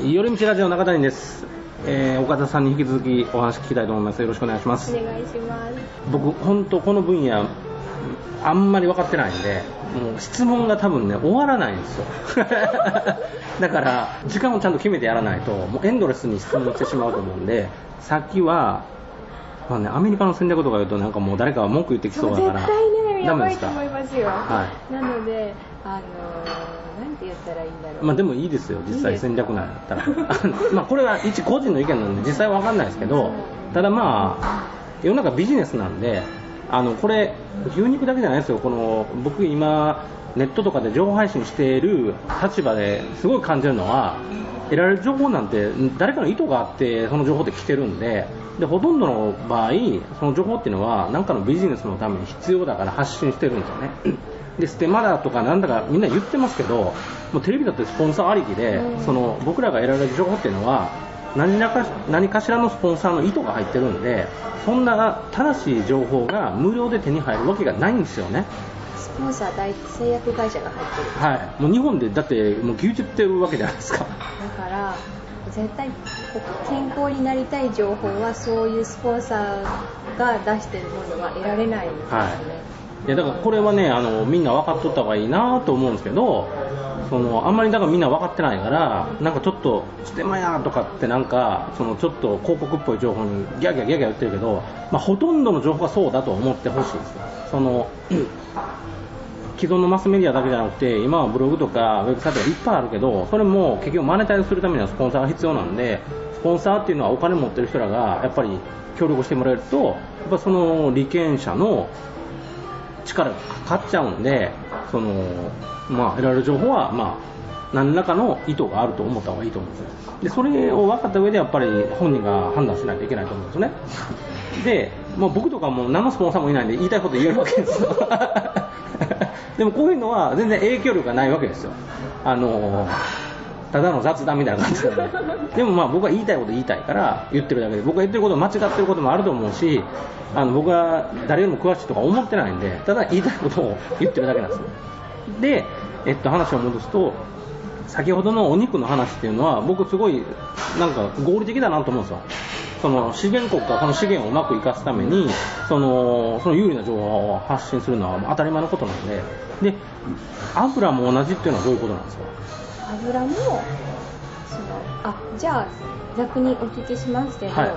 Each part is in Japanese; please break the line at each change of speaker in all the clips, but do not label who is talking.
寄り道ラジオ中谷です、えー岡田さんに引き続きお話聞きたいと思いますよろしくお願いしま
お
す
願いします。
僕本当この分野あんまり分かってないんでもう質問が多分ね終わらないんですよ だから時間をちゃんと決めてやらないともうエンドレスに質問してしまうと思うんでさっきは、まあね、アメリカの戦略とか言うとなんかもう誰かが文句言ってきそうだ
絶
から
対ね、
ダ
や
メ
ば
で
い
す
と
か
思いますよ。
は
なので、あのー、なんて言ったらいいんだろう。
まあでもいいですよ、実
いい
際
ですか
戦略なんだったら。 まあこれは一個人の意見なんで、実際わかんないですけど、ただまあ、世の中ビジネスなんで、あのこれ、牛肉だけじゃないですよ、この僕、今、ネットとかで情報配信している立場ですごい感じるのは、得られる情報なんて、誰かの意図があって、その情報って来てるんで、でほとんどの場合、その情報っていうのは、なんかのビジネスのために必要だから発信してるんですよね。でステマだとかなんだかみんな言ってますけどもうテレビだってスポンサーありきで、
うん
その僕らが得られる情報っていうのは何らか何かしらのスポンサーの意図が入ってるんでそんな正しい情報が無料で手に入るわけがないんですよね。
スポンサー大製薬会社が入ってる。
はい、もう日本でだってもう牛耳ってるわけじゃないですか。
だから、絶対、健康になりたい情報は、そういうスポンサーが出してるものは得られないんですよね。
はい、いやだからこれはねあのみんな分かっとった方がいいなと思うんですけどそのあんまりだからみんな分かってないからなんかちょっとステマやとかってなんかそのちょっと広告っぽい情報にギャーギャーギャーギャー言ってるけど、まあ、ほとんどの情報がそうだと思ってほしいですその 既存のマスメディアだけじゃなくて今はブログとかウェブサイトがいっぱいあるけどそれも結局マネタイズするためにはスポンサーが必要なんでスポンサーっていうのはお金持ってる人らがやっぱり協力してもらえるとやっぱその利権者の力がかかっちゃうんでその、まあ、得られる情報は、まあ、何らかの意図があると思った方がいいと思うんですよでそれを分かった上でやっぱり本人が判断しないといけないと思うんですよねで、まあ、僕とかもう何のスポンサーもいないんで言いたいこと言えるわけですよ でもこういうのは全然影響力がないわけですよあのただの雑談みたいな感じなんででもまあ僕は言いたいこと言いたいから言ってるだけで僕が言ってること間違ってることもあると思うしあの僕は誰よりも詳しいとか思ってないんでただ言いたいことを言ってるだけなんですよで、えっと、話を戻すと先ほどのお肉の話っていうのは僕すごいなんか合理的だなと思うんですよその資源国がこの資源をうまく生かすためにそのその有利な情報を発信するのは当たり前のことなんでで油も同じっていうのはどういうことなんですか
油もそのあじゃあ逆にお聞きしますけど、
はい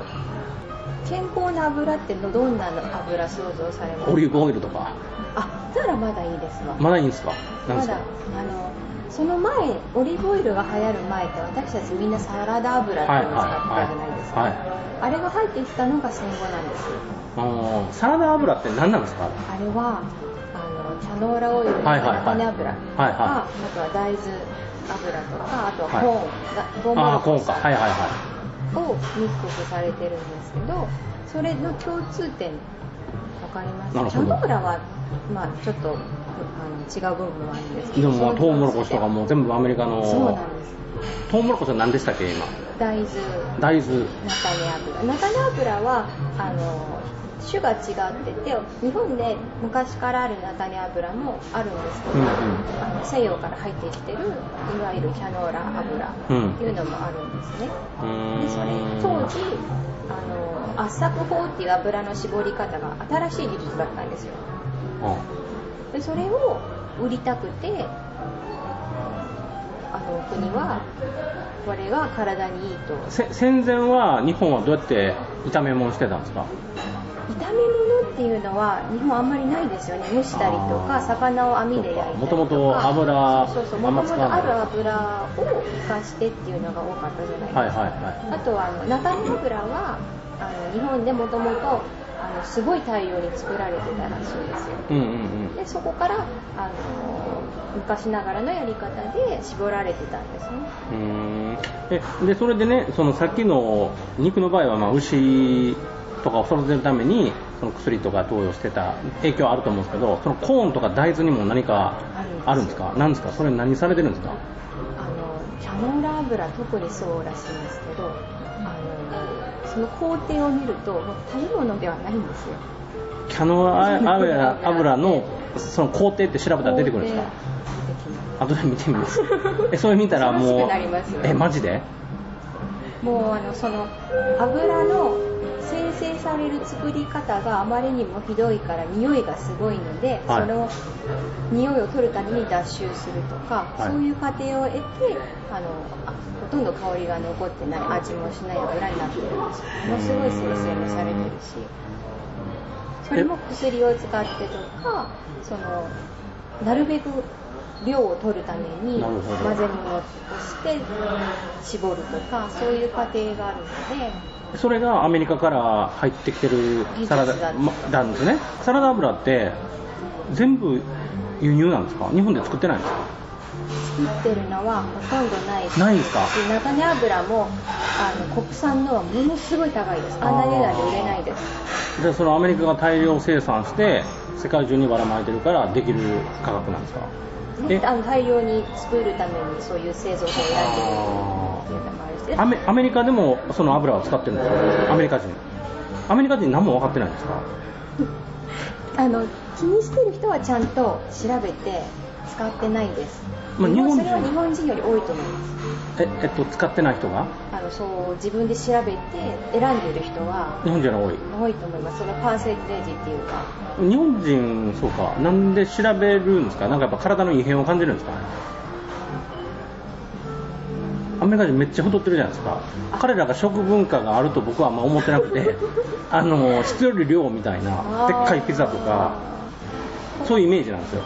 健康な油ってどんなの油想像されます
オリーブオイルとか
あならまだいいですわ、
まだいいんですかなんで
ます
か
だあのその前オリーブオイルが流行る前って私たちみんなサラダ油っていうのを使ってたじゃないですか、
はいはいはい
あれが入ってきたのが戦後なんですよ
あーサラダ油って何なんですか
あれはあのキャノーラオイルとか
はいはいはい
菜種油とか、
はいは
あとは大豆油とかあとは
はい
コーン、がトウモ
あ
ロ
あーコー
コ
ン
シ
かはいはいは
をミックスされてるんですけどそれの共通点わかります
なる
キ
ほど
ャノーラは、まあ、ちょっとあの違う部分もあるんですけ
いで
ど
もまあトウモロコシとかも全部アメリカ
そう
の
なんです
トウモロコシは何でしたっけ今
大豆
大豆
菜種油菜種油はあの種が違ってて日本で昔からある菜種油もあるんですけ
う
ど、
んうん
あの西洋から入ってきてるいわゆるキャノーラ油っていうのもあるんですね、
うーん
でそれ当時あの圧搾法っていう油の絞り方が新しい技術だったんですよ
あ
でそれを売りたくてあの国はこれが体にいいと
せ戦前は日本はどうやって炒め物してたんですか
炒め物っていうのは日本あんまりないですよね蒸したりと
あ
か
ー
魚を網で焼いたりとか
そうか元々油
そうそうそう
あ
も
ん
と
ま使わ
もと
な
あ
い
る油を生かしてっていうのが多かったじゃないですか、
はいはいは
あとはあの菜種油はあの日本でもともとあのすごい大量に作られてたらしいんですよ
いうんうん
でそこからあの昔ながらのやり方で絞られてたんですね
うんうーんえでそれでねそのさっきの肉の場合はまあ牛とかを育てるためにその薬とか投与してた影響はあると思うんですけどそのコーンとか大豆にも何かあるんですか何ですかそれ何されてるんですか
あのキャノーラ油特にそうらしいんですけどあのその工程を見るともう食べ物ではないんですよ
キャノーラ油油のその工程って調べたら出てくるんですか
工程出てきます
後で見てみますえそれ見たらもう
恐ろしくなりますよ
えマジで
もうあのその油の生成される作り方があまりにもひどいから匂いがすごいので、
はい
その匂いを取るために脱臭するとか、
はい
そういう過程を得てあのあほとんど香りが残ってない味もしない油になってるんですよものすごい生成もされてるしそれも薬を使ってとかそのなるべく量を取るために
なる
混
ほど
ぜ物をして絞るとかそういう過程があるので
それがアメリカから入ってきてるサラダ
技
なんですねサラダ油って全部輸入なんですか日本で作ってないんですか
作ってるのはほとんどないし
ないんですか
菜種油もあの国産のはものすごい高いですあんな値段で売れないです
でそのアメリカが大量生産して世界中にばらまいてるからできる価格なんですかえ
あの大量に作るためにそういう製造法をやってるっていうのもあるし
アメアメリカでもその油を使ってるんですかアメリカ人アメリカ人何も分かってないんですか
あの気にしてる人はちゃんと調べて使ってないです、
まあ日本人
それは日本人より多いと思います
ええっと使ってない人が
あのそう自分で調べて選んでる人は
日本人が多い
多いと思いますそのパーセンテージっていうか
日本人そうかなんで調べるんですかなんかやっぱ体の異変を感じるんですかアメリカ人めっちゃ太ってるじゃないですか彼らが食文化があると僕はあんま思ってなく てあの質より量みたいなでっかいピザとかそういうイメージなんですよ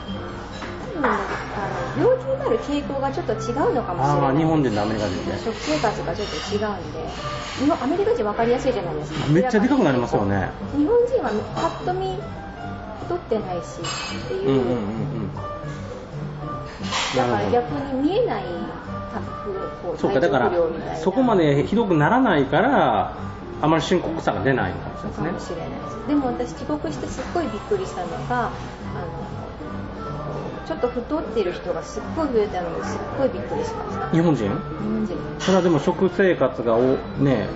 多分ねあの病気になる傾向がちょっと違うのかもしれ
あ
な
あ
い
日本人とアメリカ人で
食生活がちょっと違うんで日本アメリカ人分かりやすいじゃないですか
めっちゃでかくなりますよね
日本人はパッと見太ってないしって
うんうんう
いう、
んうん
だか
なる
ら
ほど
逆に見えないこう
そうかだから
体調不良みたいな
そこまでひどくならないからあまり深刻さが出ないのかもしれ
か
ない
も
です
し
ね
れないですでも私帰国してすっごいびっくりしたのがあのちょっと太ってる人がすっごい増えたのですっごいびっくりしました
日本人
日本人
それはでも食生活がおね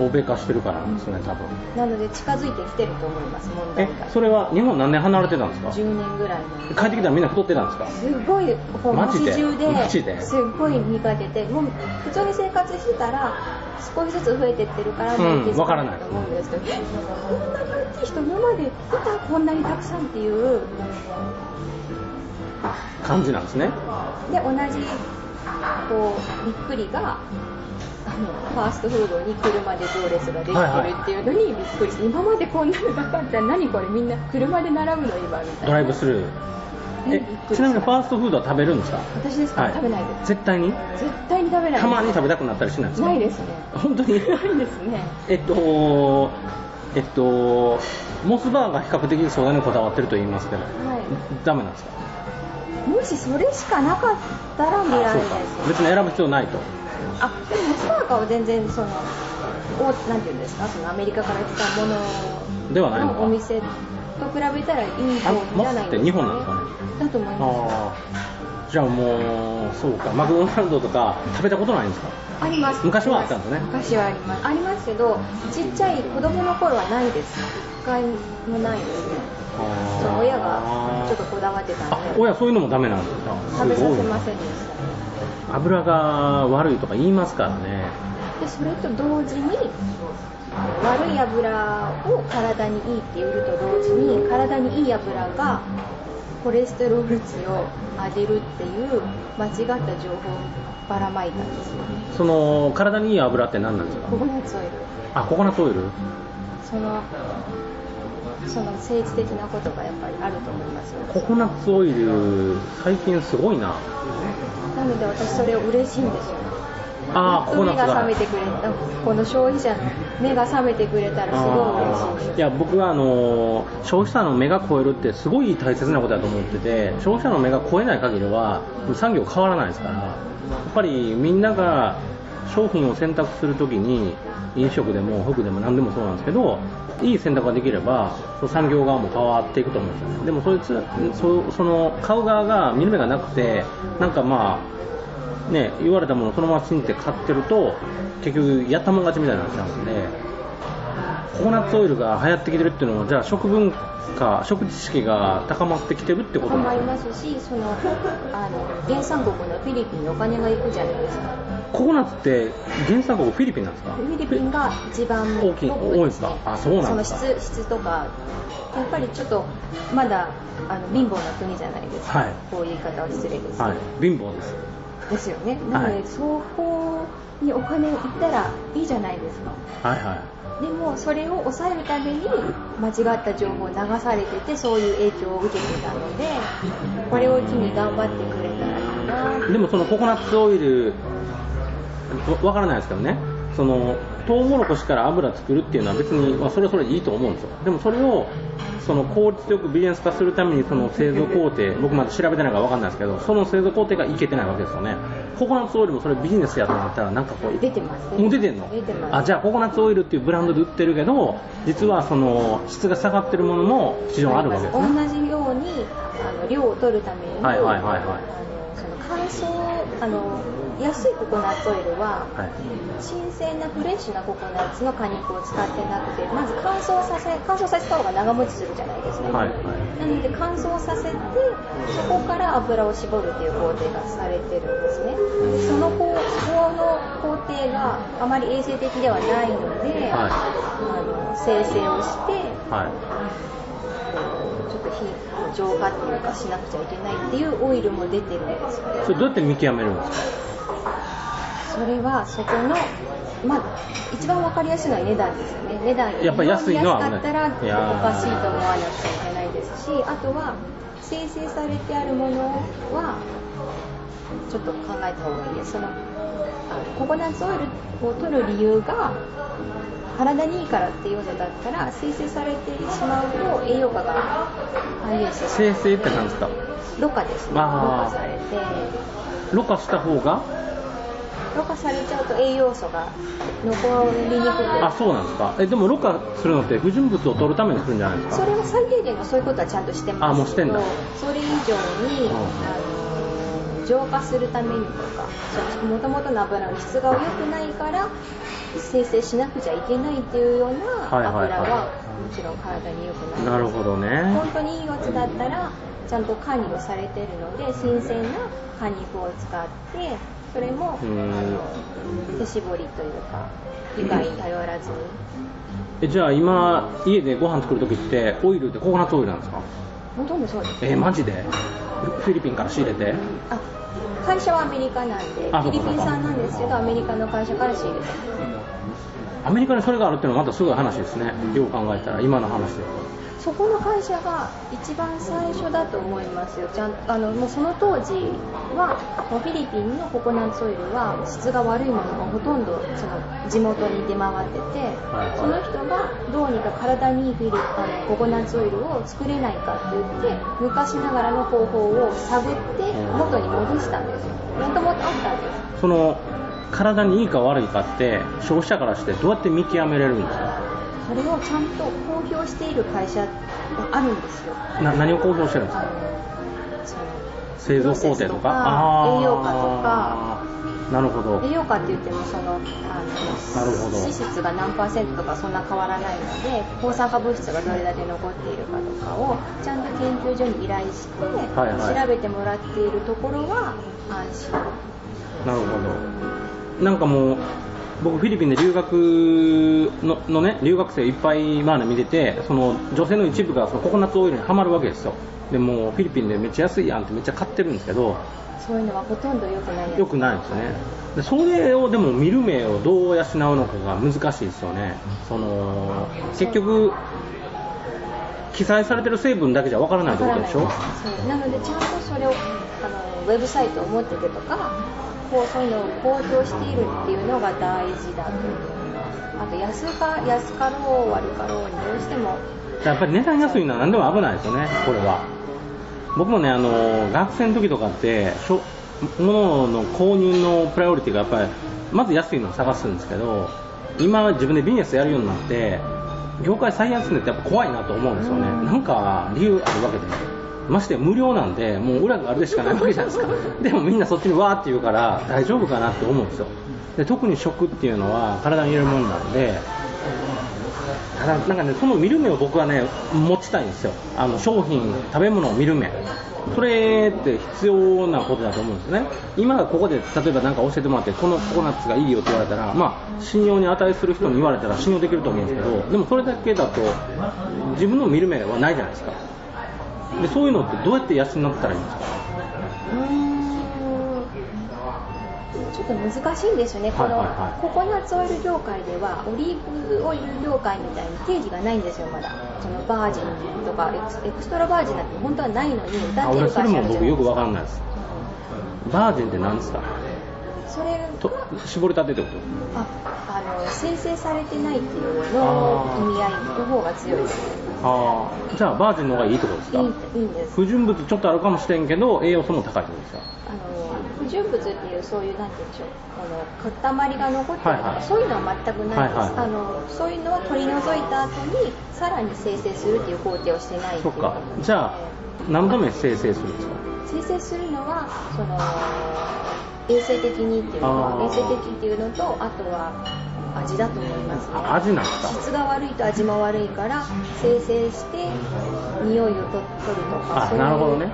欧米化してるからなんですね多分
なので近づいてきてると思います問題
え
が
それは日本何年離れてたんですか
10年ぐらい前
帰ってきたらみんな太ってたんですか
すごいこう
マジで
街中で
マジです
っごい見かけてもう普通に生活してたら少しずつ増えてってるから
うん
気づ
わからない
と思うんですけど、 えこんなに大きい人今までいたこんなにたくさんっていう
感じなんですね
で同じこうびっくりがあのファーストフードに車で行列ができ
はいはい
てるっていうのにびっくりして、今までこんなのばかった何これみんな車で並ぶの今みたいな
ドライブスルー
ね
え
びっくりした
ちなみにファーストフードは食べるんですか
私ですか、
はい
食べないです
絶対に
絶対に食べないです
たまに食べたくなったりしないんですか
ないですね
本当 に
ないですね
えっとえっとモスバーガー比較的素材にこだわってると言いますけど
は
ダメなんですか
い、もしそれしかなかったら見
あ
ら
そ
れ
うか
ないです
別に選ぶ必要ないと
あでもモスバーガーは全然そのおなんていうんですかそのアメリカから来たもの
ではないのか
お店と比べたらいい方じ
あ
ゃ
モス
な
っ
い
て
です
日本なんですかね
だと思います
ああじゃあもうそうかマクドナルドとか食べたことないんですか
あります
昔はあったんですね
昔はありますありますけどちっちゃい子供の頃はないです一回もないですねその親がちょっとこだわってた
あ
んで
親そういうのもダメなんですか
食べ
すご
さ
い
せませんでした
油が悪いとか言いますからね
でそれと同時に悪い油を体にいいっていうのと同時に体にいい油がコレステロール値を上げるっていう間違った情報をばらまいたんですよ
その体にいい油って何なんですか
ココナッツオイル
あココナッツオイル
そのその政治的なことがやっぱりあると思いますよ
ココナッツオイル最近すごいな
なので私それを嬉しいんですよ
ああ
やっ
コ
と
コナ
目
ッツ
が
が
覚めてくれたこの消費者の目が覚めてくれたらすごい嬉しいんですよ
いや僕はあの消費者の目が超えるってすごい大切なことだと思ってて消費者の目が超えない限りは産業変わらないですからやっぱりみんなが商品を選択するときに飲食でも服でも何でもそうなんですけどいい選択ができればその産業側も変わっていくと思うんですよねでもそいつそその買う側が見る目がなくてなんかまあね言われたものをそのまま信じて買ってると結局やったもん勝ちみたいになっちゃうんでココナッツオイルが流行ってきてるっていうのはじゃあ食文化食知識が高まってきてるってこと
困
な
り
んで
ますすしそのあの原産国のフィリピンにお金が行くじゃないですか
ココナッツって原産国フィリピンなんですか
フィリピンが一番
大きい
トップ
多いんですかあそうなんですか
その質質とかやっぱりちょっとまだあの貧乏な国じゃないですか、
はい
こういう言い方は失礼ですけど、
はい貧乏です
ですよねなので、
はい
そこにお金を行ったらいいじゃないですか
はいはい
でもそれを抑えるために間違った情報を流されててそういう影響を受けてたのでこれを機に頑張ってくれたらいいな
でもそのココナッツオイルわわからないですけどねそのトウモロコシから油作るっていうのは別に、まあ、それはそれでいいと思うんですよでもそれをその効率よくビジネス化するためにその製造工程僕まだ調べてないからわかんないですけどその製造工程がいけてないわけですよねココナッツオイルもそれビジネスやと思ったらなんかこう
出てます
もう出てんの
出てます
あじゃあココナッツオイルっていうブランドで売ってるけど実はその質が下がってるものも市場あるわけですね
同じようにあの量を取るために、
はいはいはいはい
あのその乾燥あの安いココナッツオイルは、
はい
新鮮なフレッシュなココナッツの果肉を使ってなくてまず乾燥させ乾燥させた方が長持ちするじゃないですか、
はいはい
なので乾燥させてそこから油を絞るっていう工程がされてるんですねでその工その工程があまり衛生的ではないので、
はい
あの生成をして
はい
ちょっと火の浄化っていうかしなくちゃいけないっていうオイルも出てるんですよ
それどうやって見極めるんですか
それはそこのまあ一番わかりやすいのは値段ですよね値段
やっぱり安いのは危ない
安かったら
いやー
おかしいと思わなくちゃいけないですしあとは生成されてあるものはちょっと考えた方がいいですそのあココナッツオイルを取る理由が体にいいからっていうのだったら生成されてしまうと栄養価が反映してしまう
生成って何ですか
ろ過ですねろ
あー
過されて
ろ過した方が
ろ過されちゃうと栄養素が残りにく
あ
く
そうなんですかえでもろ過するのって不純物を取るためにするんじゃないです
そ
か
れは最低限のそういうことはちゃんとしてますけど
あもうしてんだ
それ以上に、
うん
あの浄化するためにとかもともとの油の質が良くないから生成しなくちゃいけないっていうような
はい
油
はいはい
はもちろん体に良くない
なるほどね
本当にいいやつだったらちゃんと管理をされているので新鮮な果肉を使ってそれもあ
うん
の手絞りというか理解に頼らずに
えじゃあ今家でご飯作る時ってオイルってココナッツオイルなんですか
ほとんどそうです
えマジでフィリピンから仕入れて
あ会社はアメリカなんでフ
あそう
ィ
か
リピン産なんですけどアメリカの会社から仕入れて
アメリカにそれがあるっていうのはまたすごい話ですねよう考えたら今の話で
そこの会社が一番最初だと思いますよちゃんあのもうその当時はもうフィリピンのココナッツオイルは質が悪いものがほとんどその地元に出回ってて、
はい
その人がどうにか体にいいフィリあのココナッツオイルを作れないかって言って昔ながらの方法を探って元に戻したんですよもともとあったんです
その体にいいか悪いかって消費者からしてどうやって見極めれるんですか
それをちゃんと公表している会社があるんですよ
な何を公表してるんです
あ
か
のその
製造工程とか
プロセスとか
あー
栄養価とか
なるほど
栄養価って言ってもそのあの
なるほど
脂質が何パーセントとかそんな変わらないので抗酸化物質がどれだけ残っているかとかをちゃんと研究所に依頼して、
いはい
調べてもらっているところは安心
なるほどなんかもう僕フィリピンで留学ののね留学生いっぱいまあね見ててその女性の一部がそのココナッツオイルにはまるわけですよでもうフィリピンでめっちゃ安いやんってめっちゃ買ってるんですけど
そういうのはほとんど良くないです
よくないんですよねでそれをでも見る目をどう養うのかが難しいですよねその結局記載されてる成分だけじゃわからないってことでしょ
そうなのでちゃんとそれをあのウェブサイトを持っててとかこうそういうのを公表しているっていうのが大事だと思いますあと安か安かろう悪かろうにどうしても
やっぱり値段安いのは何でも危ないですよね、これは。僕もね、あの学生の時とかって、しょ物の購入のプライオリティがやっぱり、まず安いのを探すんですけど、今、自分でビジネスやるようになって、業界最安値ってやっぱ怖いなと思うんですよね、
うん
なんか理由あるわけで、ましてや無料なんで、もう裏があるでしかないわけじゃないですか、でもみんなそっちにわーって言うから、大丈夫かなって思うんですよ。で特に食っていうのは体に入れるものなんでただなんかねその見る目を僕はね持ちたいんですよあの商品食べ物を見る目それって必要なことだと思うんですよね今ここで例えば何か教えてもらってこのココナッツがいいよって言われたらまあ信用に値する人に言われたら信用できると思うんですけどでもそれだけだと自分の見る目はないじゃないですかでそういうのってどうやって養ったらいいんですか
うーんちょっと難しいんですよね、
はいはいはい
このココナッツオイル業界では、オリーブオイル業界みたいに定義がないんですよ、まだ、そのバージンとかエクスエクストラバージンなんて本当はないのに、歌
あ
って
俺
る
そ
か
れ
ら
も僕よくわ
か
かんないですバージンって何ですか
それが
と絞りたてってこ
ああの生成されてないっていうのの意味合いの方が強いです
とああじゃあバージンの方がいいってことです
い
か
いいいんです
不純物ちょっとあるかもしれんけど栄養素も高いってことですか
あの不純物っていうそういうなんて言うんでしょうあの塊が残ってるとか、
はいはい
そういうのは全くないです、
はいはい
あのそういうのは取り除いた後にさらに生成するっていう工程をしてないって
そっ
いうこと
か
なので
じゃあ何度目生成するんですか
生成するのはその衛生的にっていうの
あ
は
ー
衛生的っていうのとあとは味だと思いますね
あ味なんですか
質が悪いと味も悪いから生成して匂いをと取るとか
あ
そういう
なるほどね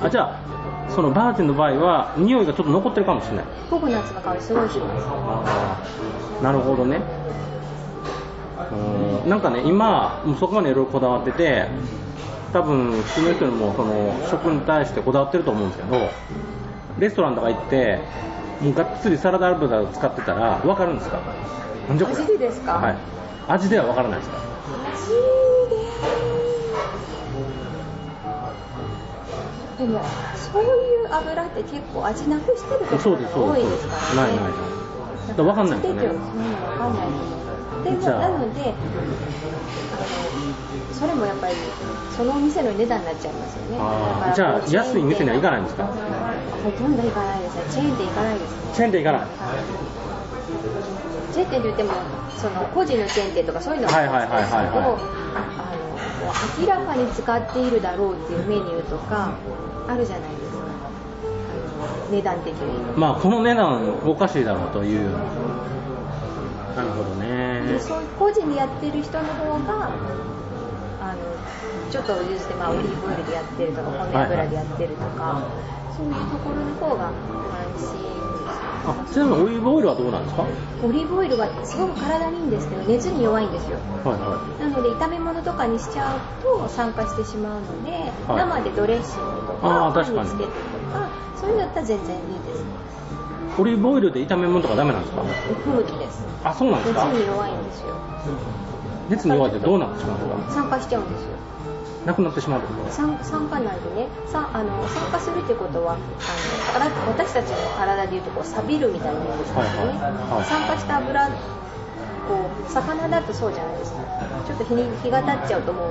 あじゃあそのバージンの場合は匂いがちょっと残ってるかもしれない
ココナッツの香りすごいします
ああなるほどねうんなんかね今もうそこまでいろいろこだわってて多分普通の人にもその食に対してこだわってると思うんですけどレストランとか行ってもうがっつりサラダ油を使ってたら分かるんですかなんじゃこれ
味でですか
はい、味では分からないですか
でもそういう油って結構味なくしてるとこ
そう
ろ
ですそ
が
う
多
で
い
す
ですか
な
ら
い
ね
ないないだから分かんないですよね
うん分かんないと思うでも
じゃあ
なのであのそれもやっぱりそのお店の値段になっちゃいますよね
あー
だからこう
じゃあ安い店には行かないんですか
ほとんど行かないですねチェーンで行かないですね
チェーン店行かない
はいチェーン店って言ってもその個人のチェーン店とかそういうのはあるんです
はいはいは
けど、
いはいはい
あの明らかに使っているだろうっていうメニューとかあるじゃないですかあの値段的に、
まあこの値段おかしいだろうというなるほどね
でそういう個人でやってる人の方があのちょっと譲って、まあ、オリーブオイルでやってるとか米油でやってるとか、そういうところの方が安心です
あちなみにオリーブオイルはどうなんですかは
オリーブオイルがすごく体にいいんですけど熱に弱いんです
い
よ
は
なので炒め物とかにしちゃうと酸化してしまうので、
はい
生でドレッシングと
あ
か
ー
パ
確かに
ンにつけてとかそういうのだったら全然いいです
いオリーブオイルで炒め物とかダメなんですか
不向きです
あそうなんで
熱
すか
に弱いんですよ
熱に弱いってどうなってしまうんですか
酸化しちゃうんですよ
なくなってしまうってことです
酸酸化なんでね酸あの酸化するってことはあのから私たちの体でいうとこう錆びるみたいなものですからね、
はいはいはい
酸化した油こう魚だとそうじゃないですかちょっと日に日が経っちゃうともう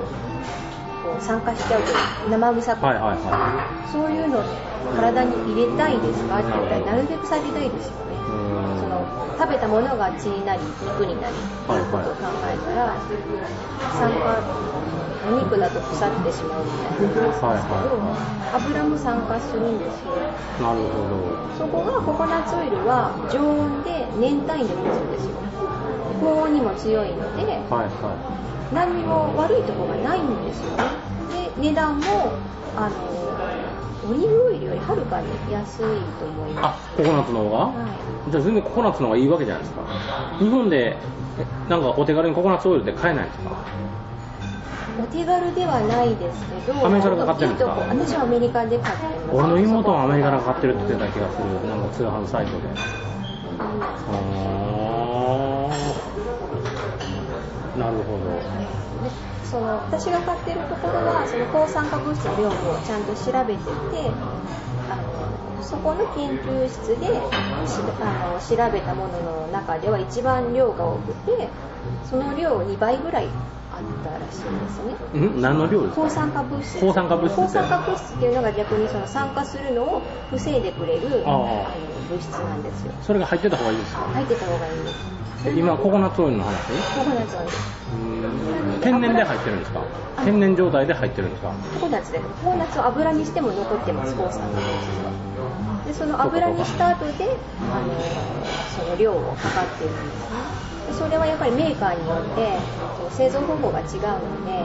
こう酸化しちゃうという生臭く
はいはいは
そういうの体に入れたいですかって言ったらなるべく避けたいですよ
い
ねそうの食べたものが血になり肉になりっていうことを考えたら酸化お肉だと腐ってしまうみたい
ーん
な
はいは
油も酸化するんですよ
いなるほ
そこがココナッツオイルは常温で年単位で持つんですよ高温にも強いので
どはいは
何にも悪いところがないんですよねで値段もあのオリーブオイルよりはるかに安いと思い
い
ます
あココナッツの方が、
は
じゃあ全然ココナッツの方がいいわけじゃないですか日本でえなんかお手軽にココナッツオイルで買えないんですか
い、お手軽ではないですけど
アメリカで買ってるんですか
いいとこ私はアメリカで買ってます
俺の妹はアメリカから買ってるって言ってた気がするなんか通販サイトであーなるほど
でその私が買ってるところはその抗酸化物質の量もちゃんと調べててあのそこの研究室でしあの調べたものの中では一番量が多くてその量2倍ぐらいあったらしいですね
ん何の料理です
抗
か
酸化物質
抗酸化物質って
抗酸化物質っていうのが逆にその酸化するのを防いでくれる
あ
あ
あ
の物質なんですよ
それが入ってた方がいいですか
入ってた方がいいんです
え今ココナッツオイルの話
ココナッツはね
うん天然で入ってるんですか天然状態で入ってるんですか
ココナッツでココナッツを油にしても残ってます抗酸化物質はでその油にした後であのその量を測っているんですねでそれはやっぱりメーカーによってその製造方法が違うので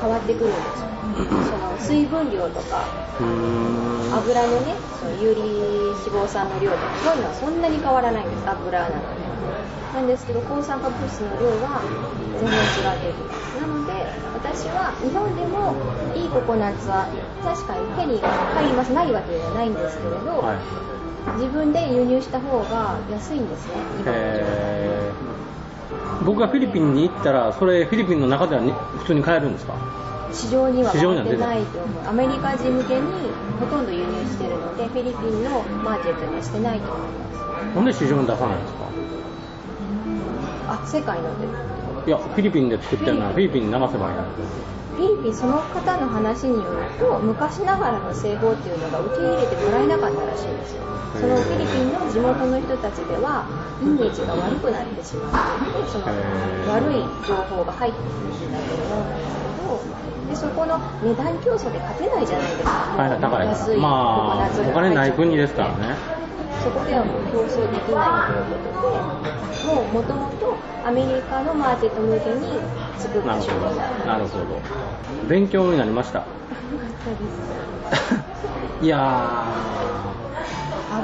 変わってくるんですよその水分量とか
うーん
油のねその有利脂肪酸の量とかそういうのはそんなに変わらないんです油なのでなんですけど抗酸化物質の量は全然違うというなので私は日本でもいいココナッツは確かに手に入りますないわけではないんですけれど、
はい
自分で輸入した方が安いんですね今の状態で
えー僕がフィリピンに行ったらそれフィリピンの中ではに普通に買えるんですか
市場には
市場には
売っ
出
て
て
な
ない
いと思うアメリカ人向けにほとんど輸入してるのでフィリピンのマーケットにはしてないと思います
なんで市場に出さないんですか
あ世界ので
いやフィリピンで作ってるならフィリピンに流せばいいのに
フィリピンその方の話によると昔ながらの製法っていうのが受け入れてもらえなかったらしいんですよそのフィリピンの地元の人たちではイメージが悪くなってしまってその
へー
悪い情報が入ってきてたと思うんですけどでそこの値段競争で勝てないじゃないですか
はいはい高いか
安
ら
い
まあお金ない国ですからね
そこではもう競争できないということでもうもともとアメリカのマーケット向けに作っ
な
た
る
商
ほど
品だ った
なるほど勉強になりました いや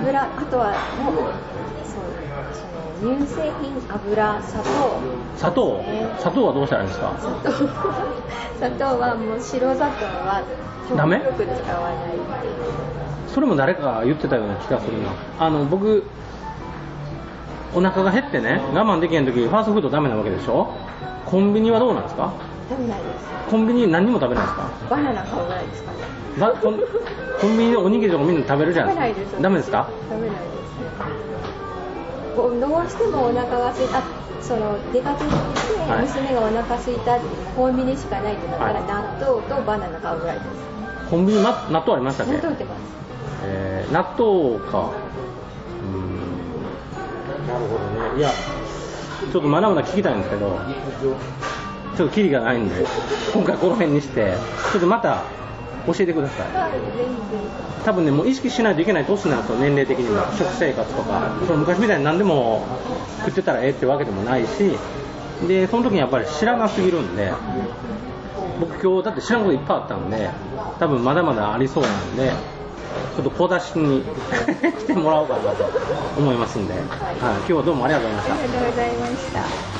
油あとはもうそうその乳製品油砂
ー
糖
砂糖砂糖はどうしたらいいんですか
砂糖砂糖はもう白砂糖は
ダメ
よく使わないっていう
それも誰かが言ってたような気がするなあの僕お腹が減ってね我慢できへん時ファーストフードダメなわけでしょコンビニはどうなんですか
食べないです
コンビニ何も食べないですか
バナナ買うぐらいですかね
だコン コンビニでおにぎりとかみんな食べるじゃ
食べ
な
ないい
で
ですす
かダメですか
食べないですこうどうしてもお腹が空いたその出かけていて、
はい
娘がお腹空いたってコンビニしかないってなったら、
はい
納豆とバナナ買うぐらいです
コンビニな納豆ありましたっけ
納豆売ってます
えー納豆かうーんなるほどねいやちょっとまだまだ聞きたいんですけどちょっとキリがないんで今回この辺にしてちょっとまた教えてください
はい全然
多分ねもう意識しないといけない年なんですよ年齢的にも食生活とかその昔みたいに何でも食ってたらええってわけでもないしでその時にやっぱり知らなすぎるんで僕今日だって知らんこといっぱいあったんで多分まだまだありそうなんでちょっと小出しに 来てもらおうかなと思いますんで、はい、今日はどうもありがとうございました
ありがとうございました